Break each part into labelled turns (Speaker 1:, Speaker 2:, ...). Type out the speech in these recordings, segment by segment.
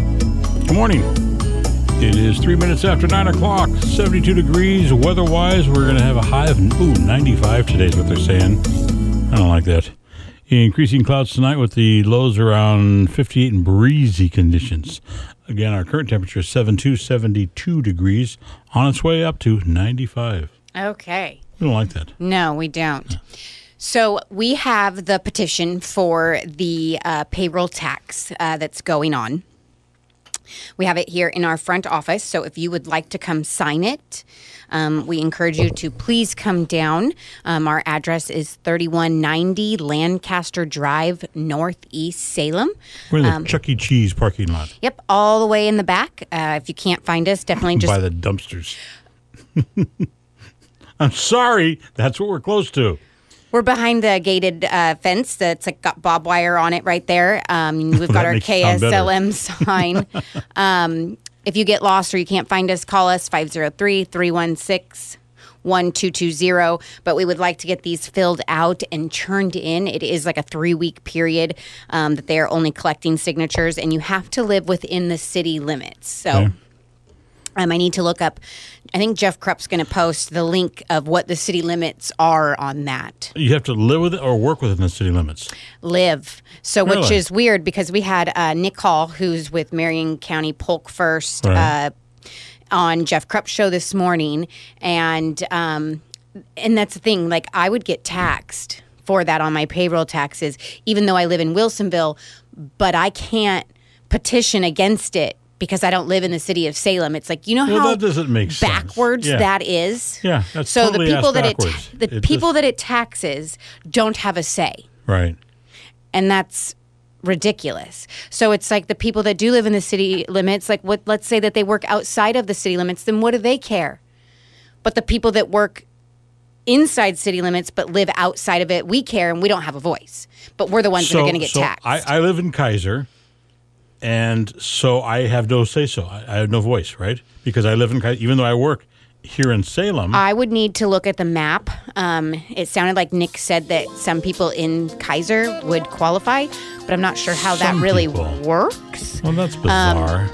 Speaker 1: Good morning. It is three minutes after nine o'clock, 72 degrees. Weather wise, we're going to have a high of ooh, 95 today, is what they're saying. I don't like that. Increasing clouds tonight with the lows around 58 and breezy conditions. Again, our current temperature is 72, 72 degrees, on its way up to 95.
Speaker 2: Okay.
Speaker 1: We don't like that.
Speaker 2: No, we don't. So we have the petition for the uh, payroll tax uh, that's going on. We have it here in our front office. So if you would like to come sign it, um, we encourage you to please come down. Um, our address is 3190 Lancaster Drive, Northeast Salem.
Speaker 1: We're in the Chuck E. Cheese parking lot
Speaker 2: Yep, all the way in the back. Uh, if you can't find us, definitely just
Speaker 1: by the dumpsters. I'm sorry. That's what we're close to.
Speaker 2: We're behind the gated uh, fence that's like got bob wire on it right there. Um, we've got our
Speaker 1: makes it sound better.
Speaker 2: KSLM sign. um, if you get lost or you can't find us, call us 503 316 1220. But we would like to get these filled out and churned in. It is like a three week period um, that they are only collecting signatures, and you have to live within the city limits. So. Um, I need to look up. I think Jeff Krupp's going to post the link of what the city limits are on that.
Speaker 1: You have to live with it or work within the city limits.
Speaker 2: Live. So, which
Speaker 1: Really?
Speaker 2: is weird because we had uh, Nick Hall, who's with Marion County Polk First,
Speaker 1: Right.
Speaker 2: uh, on Jeff Krupp's show this morning, and um, and that's the thing. Like, I would get taxed for that on my payroll taxes, even though I live in Wilsonville, but I can't petition against it because I don't live in the city of Salem. It's like you know
Speaker 1: Well,
Speaker 2: how
Speaker 1: that doesn't make sense.
Speaker 2: backwards
Speaker 1: Yeah.
Speaker 2: that is.
Speaker 1: Yeah, that's
Speaker 2: so
Speaker 1: totally
Speaker 2: the people
Speaker 1: ass
Speaker 2: that
Speaker 1: backwards.
Speaker 2: it the
Speaker 1: It
Speaker 2: people
Speaker 1: just-
Speaker 2: that it taxes don't have a say
Speaker 1: Right.
Speaker 2: and that's ridiculous. So it's like the people that do live in the city limits, like what let's say that they work outside of the city limits, then what do they care? But the people that work inside city limits but live outside of it, we care and we don't have a voice. But we're the ones that are going to get
Speaker 1: so
Speaker 2: taxed.
Speaker 1: I, I live in Kaiser, and so I have no say so. I, I have no voice, right? Because I live in Kaiser, even though I work here in Salem.
Speaker 2: I would need to look at the map. Um, it sounded like Nick said that some people in Kaiser would qualify, but I'm not sure how
Speaker 1: Some
Speaker 2: that really
Speaker 1: people.
Speaker 2: works.
Speaker 1: well, that's bizarre.
Speaker 2: um,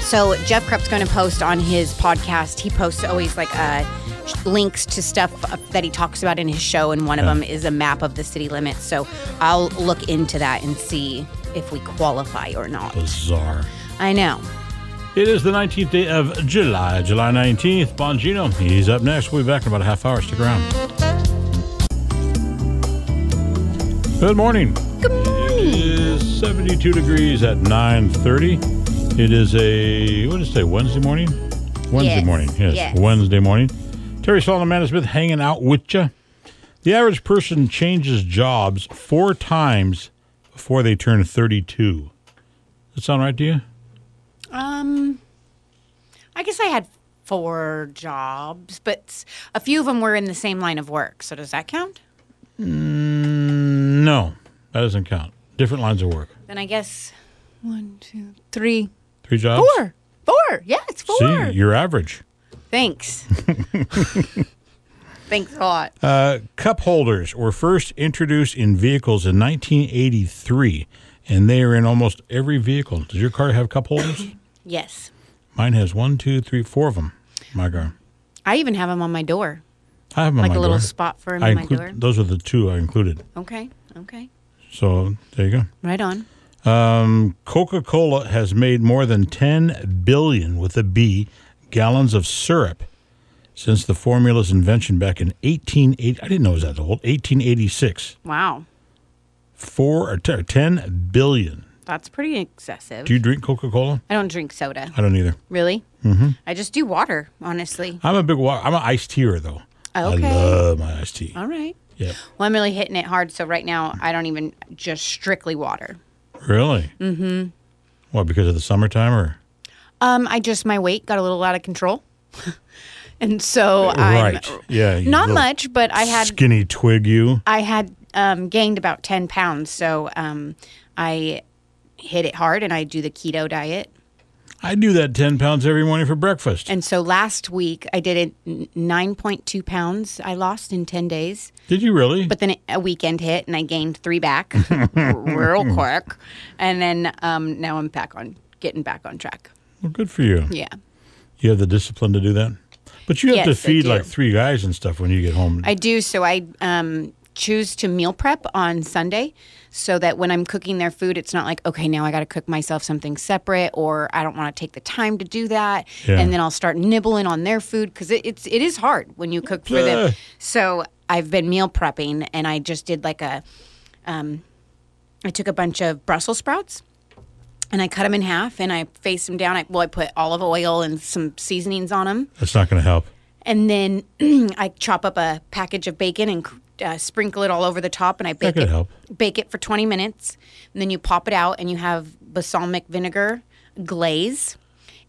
Speaker 2: So Jeff Krupp's going to post on his podcast. He posts always like uh, sh- links to stuff that he talks about in his show, and one of them is a map of the city limits. So I'll look into that and see if we qualify or not.
Speaker 1: bizarre.
Speaker 2: I know.
Speaker 1: It is the 19th day of July, July 19th. Bongino, he's up next. We'll be back in about a half hour. Stick around. Good morning. Good morning. It is 72 degrees at 9.30. It is a, what did it say, Wednesday morning? Wednesday
Speaker 2: Yes,
Speaker 1: morning, yes,
Speaker 2: yes.
Speaker 1: Wednesday morning. Terry Solomon Amanda Smith hanging out with you. The average person changes jobs four times before they turn 32. Does that sound right to you?
Speaker 2: I guess I had four jobs, but a few of them were in the same line of work. So does that count?
Speaker 1: No, that doesn't count. Different lines of work.
Speaker 2: Then I guess
Speaker 3: One, two, three,
Speaker 1: Three jobs.
Speaker 3: four. Four. Yeah, it's four.
Speaker 1: See, you're average.
Speaker 2: thanks. thanks a lot.
Speaker 1: Uh, cup holders were first introduced in vehicles in 1983, and they are in almost every vehicle. Does your car have cup holders?
Speaker 2: yes,
Speaker 1: Mine has one, two, three, four of them. My car.
Speaker 2: I even have them on my door,
Speaker 1: I have them
Speaker 2: like
Speaker 1: on my
Speaker 2: a little
Speaker 1: door.
Speaker 2: spot for them
Speaker 1: I
Speaker 2: in my
Speaker 1: include,
Speaker 2: door.
Speaker 1: Those are the two I included.
Speaker 2: Okay. Okay.
Speaker 1: So there you go.
Speaker 2: Right on.
Speaker 1: Coca-Cola has made more than 10 billion with a B gallons of syrup since the formula's invention back in 1880. I didn't know it was that old. 1886.
Speaker 2: Wow.
Speaker 1: Four or ten, 10 billion.
Speaker 2: That's pretty excessive.
Speaker 1: Do you drink Coca-Cola?
Speaker 2: I don't drink soda.
Speaker 1: I don't either.
Speaker 2: Really? Mm-hmm. I just do water, honestly.
Speaker 1: I'm a big water. I'm an iced teaer though.
Speaker 2: Oh, Okay.
Speaker 1: I love my iced tea.
Speaker 2: All right.
Speaker 1: Yeah.
Speaker 2: Well, I'm really hitting it hard. So right now, I don't even just strictly water.
Speaker 1: Really? Mm-hmm. What? Because of the summertime or?
Speaker 2: Um, I just my weight got a little out of control, and so
Speaker 1: right.
Speaker 2: I'm
Speaker 1: Yeah. you
Speaker 2: not
Speaker 1: little
Speaker 2: much, but I had
Speaker 1: skinny twig. You.
Speaker 2: I had um, gained about ten pounds. So um, I hit it hard, and I do the keto diet.
Speaker 1: I do that 10 pounds every morning for breakfast.
Speaker 2: And so last week I did it nine point two pounds. I lost in ten days.
Speaker 1: Did you really?
Speaker 2: But then a weekend hit and I gained three back real quick. And then um, now I'm back on getting back on track.
Speaker 1: Well, good for you.
Speaker 2: Yeah.
Speaker 1: You have the discipline to do that. But you have
Speaker 2: Yes,
Speaker 1: to
Speaker 2: I
Speaker 1: feed
Speaker 2: do.
Speaker 1: like three guys and stuff when you get home.
Speaker 2: I do. So I um, choose to meal prep on Sunday so that when I'm cooking their food, it's not like, okay, now I got to cook myself something separate or I don't want to take the time to do that.
Speaker 1: Yeah.
Speaker 2: And then I'll start nibbling on their food because it, it's, it is hard when you cook for
Speaker 1: Yeah.
Speaker 2: them. So I've been meal prepping and I just did like a, um, I took a bunch of Brussels sprouts and I cut them in half and I faced them down. I, well, I put olive oil and some seasonings on them
Speaker 1: That's not going to help.
Speaker 2: and then I chop up a package of bacon and uh, sprinkle it all over the top, and I bake
Speaker 1: could
Speaker 2: it.
Speaker 1: help.
Speaker 2: Bake it for twenty minutes, and then you pop it out, and you have balsamic vinegar glaze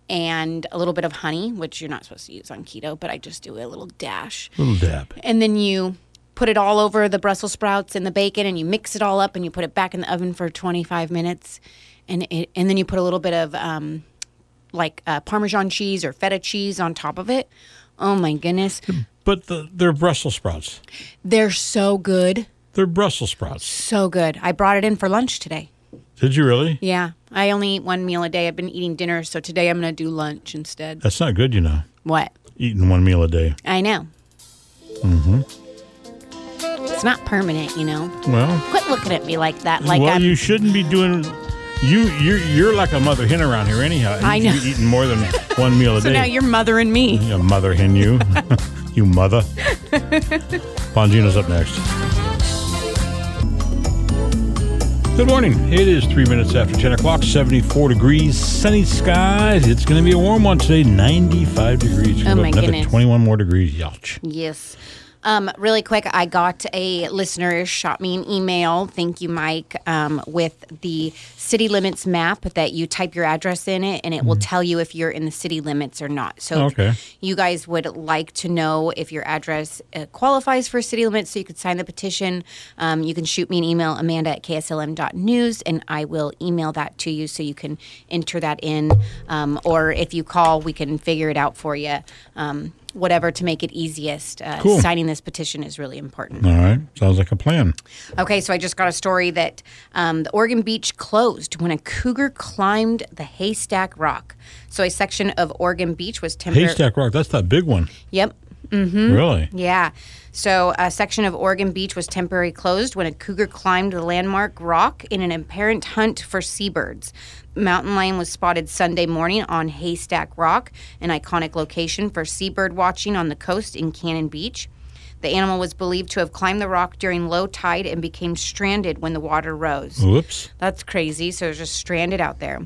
Speaker 2: and a little bit of honey, which you're not supposed to use on keto, but I just do a little dash.
Speaker 1: Little dab.
Speaker 2: And then you put it all over the Brussels sprouts and the bacon, and you mix it all up, and you put it back in the oven for 25 minutes, and it, and then you put a little bit of um, like uh, Parmesan cheese or feta cheese on top of it. Oh my goodness,
Speaker 1: But the, they're Brussels sprouts.
Speaker 2: they're so good,
Speaker 1: They're Brussels sprouts.
Speaker 2: so good. I brought it in for lunch today.
Speaker 1: Did you really?
Speaker 2: Yeah, I only eat one meal a day. I've been eating dinner, so today I'm gonna do lunch instead.
Speaker 1: That's not good, you know.
Speaker 2: What?
Speaker 1: Eating one meal a day.
Speaker 2: I know. Mm-hmm. It's not permanent, you know.
Speaker 1: Well,
Speaker 2: Quit looking at me like that. Like
Speaker 1: well,
Speaker 2: I'm
Speaker 1: you shouldn't be doing. You you're you're like a mother hen around here, anyhow.
Speaker 2: I
Speaker 1: You should
Speaker 2: know.
Speaker 1: be eating more than one meal a
Speaker 2: So
Speaker 1: day.
Speaker 2: now you're mothering me.
Speaker 1: You mother hen, you. you mother. Bongino's up next. Good morning. It is three minutes after 10 o'clock, 74 degrees, sunny skies. It's going to be a warm one today, 95 degrees.
Speaker 2: Oh,
Speaker 1: Go up
Speaker 2: my
Speaker 1: another
Speaker 2: goodness.
Speaker 1: 21 more degrees. Yowch.
Speaker 2: Yes. Um, really quick, I got a listener shot me an email. Thank you, Mike, um, with the city limits map that you type your address in it, and it will tell you if you're in the city limits or not. So, if
Speaker 1: Okay.
Speaker 2: you guys would like to know if your address uh, qualifies for city limits, so you could sign the petition. Um, you can shoot me an email, Amanda at kslm.news, and I will email that to you so you can enter that in. Um, or if you call, we can figure it out for you. Um, whatever to make it easiest. Uh,
Speaker 1: Cool.
Speaker 2: Signing this petition is really important.
Speaker 1: All right. Sounds like a plan.
Speaker 2: Okay, so I just got a story that um, the Oregon Beach closed when a cougar climbed the haystack rock. So a section of Oregon Beach was temporarily.
Speaker 1: Haystack Rock, that's that big one.
Speaker 2: Yep. Hmm?
Speaker 1: Really?
Speaker 2: Yeah. So a section of Oregon Beach was temporarily closed when a cougar climbed the landmark rock in an apparent hunt for seabirds. Mountain lion was spotted Sunday morning on Haystack Rock, an iconic location for seabird watching on the coast in Cannon Beach. The animal was believed to have climbed the rock during low tide and became stranded when the water rose.
Speaker 1: Whoops.
Speaker 2: That's crazy. So it's just stranded out there.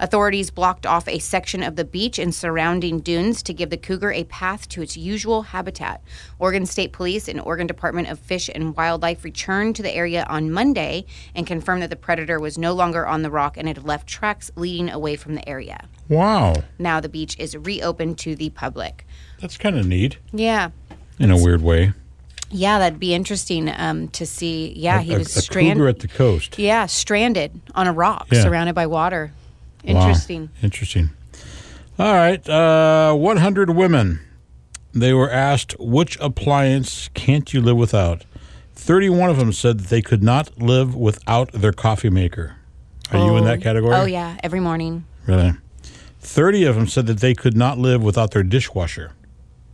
Speaker 2: Authorities blocked off a section of the beach and surrounding dunes to give the cougar a path to its usual habitat. Oregon State Police and Oregon Department of Fish and Wildlife returned to the area on Monday and confirmed that the predator was no longer on the rock and had left tracks leading away from the area.
Speaker 1: Wow.
Speaker 2: Now the beach is reopened to the public.
Speaker 1: That's kind of neat
Speaker 2: Yeah.
Speaker 1: in a weird way.
Speaker 2: Yeah, that'd be interesting um, to see. Yeah, he
Speaker 1: a,
Speaker 2: was
Speaker 1: a
Speaker 2: stranded.
Speaker 1: cougar at the coast.
Speaker 2: Yeah, stranded on a rock
Speaker 1: Yeah.
Speaker 2: surrounded by water.
Speaker 1: Wow.
Speaker 2: Interesting.
Speaker 1: Interesting. All right. Uh, 100 women. They were asked, which appliance can't you live without? 31 of them said that they could not live without their coffee maker. Are you in that category?
Speaker 2: Oh yeah, every morning.
Speaker 1: Really? 30 of them said that they could not live without their dishwasher.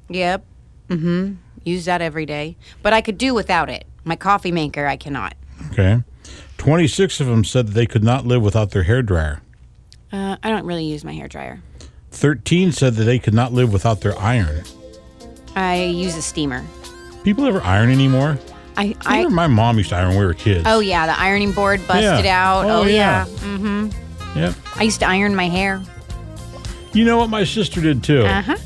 Speaker 2: Yep. Mhm. Use that every day. But I could do without it. My coffee maker, I cannot.
Speaker 1: Okay. 26 of them said that they could not live without their hair dryer.
Speaker 2: Uh, I don't really use my hair dryer.
Speaker 1: 13 said that they could not live without their iron.
Speaker 2: I use a steamer.
Speaker 1: People ever iron anymore?
Speaker 2: I,
Speaker 1: I
Speaker 2: I
Speaker 1: remember my mom used to iron when we were kids.
Speaker 2: oh yeah, the ironing board busted
Speaker 1: Yeah.
Speaker 2: out.
Speaker 1: Oh,
Speaker 2: Oh,
Speaker 1: yeah. Mm-hmm.
Speaker 2: yeah.
Speaker 1: Yep.
Speaker 2: I used to iron my hair.
Speaker 1: You know what my sister did too.
Speaker 2: Uh huh.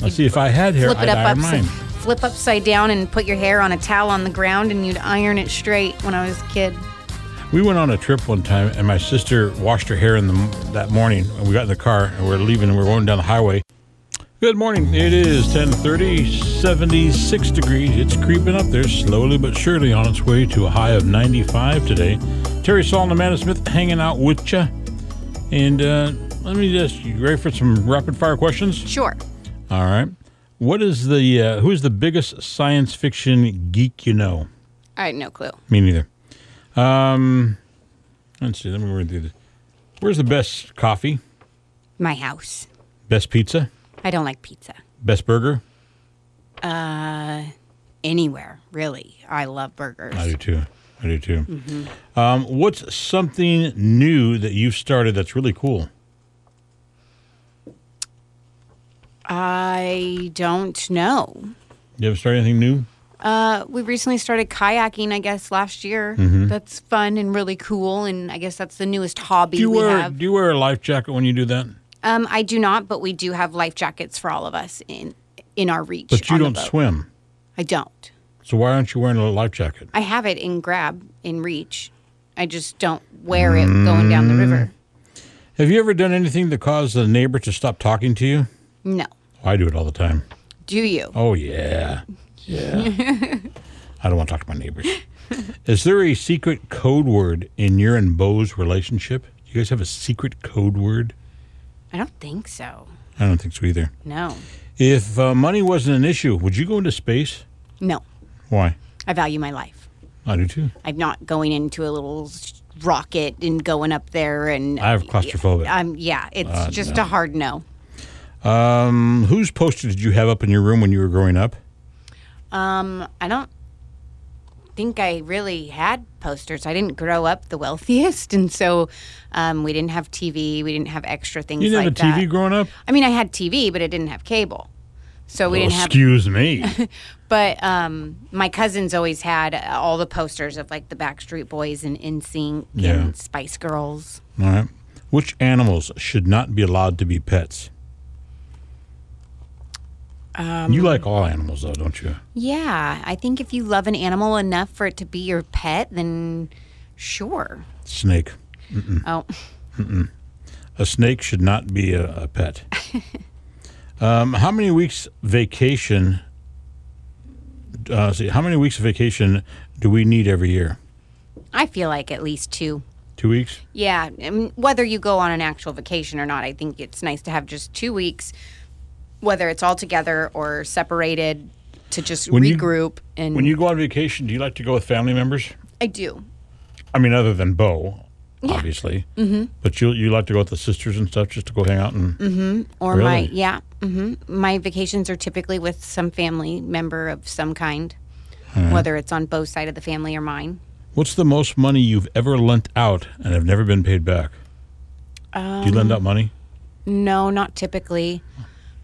Speaker 1: Now see if I had hair,
Speaker 2: Flip
Speaker 1: I'd
Speaker 2: it up
Speaker 1: iron mine.
Speaker 2: upside, flip upside down, and put your hair on a towel on the ground, and you'd iron it straight. When I was a kid.
Speaker 1: We went on a trip one time, and my sister washed her hair in the that morning. And we got in the car, and we we're leaving, and we we're going down the highway. Good morning. It is 10:30, 76 degrees. It's creeping up there slowly but surely on its way to a high of 95 today. Terry Saul and Amanda Smith hanging out with you. And uh, let me just you ready for some rapid fire questions?
Speaker 2: Sure.
Speaker 1: All right. What is the uh, who's the biggest science fiction geek you know?
Speaker 2: I had no clue.
Speaker 1: Me neither. Um, let's see. Let me read through this. Where's the best coffee?
Speaker 2: my house.
Speaker 1: Best pizza?
Speaker 2: I don't like pizza
Speaker 1: Best burger?
Speaker 2: anywhere, really. I love burgers.
Speaker 1: I do too. I do too.
Speaker 2: Mm-hmm.
Speaker 1: Um, what's something new that you've started that's really cool?
Speaker 2: I don't know.
Speaker 1: You ever started anything new?
Speaker 2: Uh, we recently started kayaking, I guess, last year.
Speaker 1: Mm-hmm.
Speaker 2: That's fun and really cool, and I guess that's the newest hobby
Speaker 1: Do you
Speaker 2: we
Speaker 1: wear
Speaker 2: have.
Speaker 1: Do you wear a life jacket when you do that?
Speaker 2: Um, I do not, but we do have life jackets for all of us in in our reach.
Speaker 1: But you
Speaker 2: on the
Speaker 1: don't
Speaker 2: boat.
Speaker 1: swim,
Speaker 2: I don't.
Speaker 1: so why aren't you wearing a life jacket?
Speaker 2: I have it in grab in reach. I just don't wear it going down the river.
Speaker 1: Have you ever done anything that caused a neighbor to stop talking to you?
Speaker 2: No.
Speaker 1: I do it all the time.
Speaker 2: Do you?
Speaker 1: Mm. Oh yeah, yeah. I don't want to talk to my neighbors. Is there a secret code word in your and Bo's relationship? Do you guys have a secret code word?
Speaker 2: I don't think so.
Speaker 1: I don't think so either.
Speaker 2: No.
Speaker 1: If uh, money wasn't an issue, would you go into space?
Speaker 2: No.
Speaker 1: Why?
Speaker 2: I value my life.
Speaker 1: I do too.
Speaker 2: I'm not going into a little s- rocket and going up there and
Speaker 1: I Uh, have claustrophobia.
Speaker 2: um yeah, it's just a hard no.
Speaker 1: Um, whose poster did you have up in your room when you were growing up?
Speaker 2: Um I don't think I really had posters. I didn't grow up the wealthiest and so um, we didn't have TV, we didn't have extra things
Speaker 1: You didn't
Speaker 2: like
Speaker 1: have a TV
Speaker 2: that.
Speaker 1: growing up?
Speaker 2: I mean I had TV but it didn't have cable. So we
Speaker 1: Oh,
Speaker 2: didn't have
Speaker 1: excuse me.
Speaker 2: But um, my cousins always had uh, all the posters of like the Backstreet Boys and NSYNC
Speaker 1: Yeah.
Speaker 2: and Spice Girls.
Speaker 1: All right. Which animals should not be allowed to be pets?
Speaker 2: Um,
Speaker 1: you like all animals, though, don't you?
Speaker 2: Yeah, I think if you love an animal enough for it to be your pet, then sure.
Speaker 1: Snake. Hmm.
Speaker 2: Oh,
Speaker 1: A snake should not be a, a pet. um, how many weeks vacation? Uh, let's see, how many weeks of vacation do we need every year?
Speaker 2: I feel like at least two.
Speaker 1: Two weeks.
Speaker 2: Yeah, and whether you go on an actual vacation or not, I think it's nice to have just two weeks, whether it's all together or separated, to just
Speaker 1: When you-
Speaker 2: regroup. and
Speaker 1: When you go on vacation, do you like to go with family members?
Speaker 2: I do.
Speaker 1: I mean, other than Bo, obviously. Mm-hmm. But you you like to go with the sisters and stuff just to go hang out and
Speaker 2: Mm. or
Speaker 1: Really?
Speaker 2: my yeah hmm my vacations are typically with some family member of some kind whether it's on both side of the family or mine
Speaker 1: What's the most money you've ever lent out and have never been paid back? Do you lend
Speaker 2: Um,
Speaker 1: out money?
Speaker 2: no not typically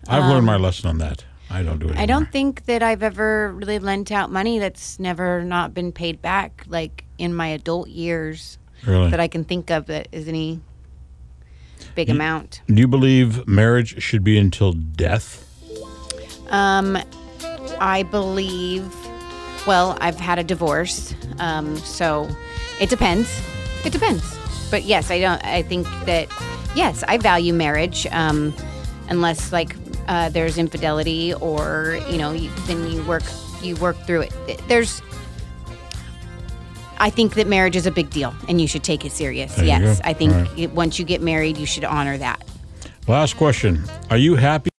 Speaker 1: I've learned my lesson on that. I don't do it.
Speaker 2: um, i don't think that i've ever really lent out money that's never not been paid back like in my adult years
Speaker 1: really.
Speaker 2: that i can think of that is any big amount
Speaker 1: do you believe marriage should be until death?
Speaker 2: Um, I believe. Well, I've had a divorce, um, so it depends. It depends. But yes, I don't. I think that yes, I value marriage, um, unless like uh, there's infidelity or you know you, then you work you work through it. There's. I think that marriage is a big deal, and you should take it serious.
Speaker 1: you
Speaker 2: yes,
Speaker 1: go.
Speaker 2: I think
Speaker 1: All right.
Speaker 2: it- once you get married, you should honor that.
Speaker 1: Last question. Are you happy?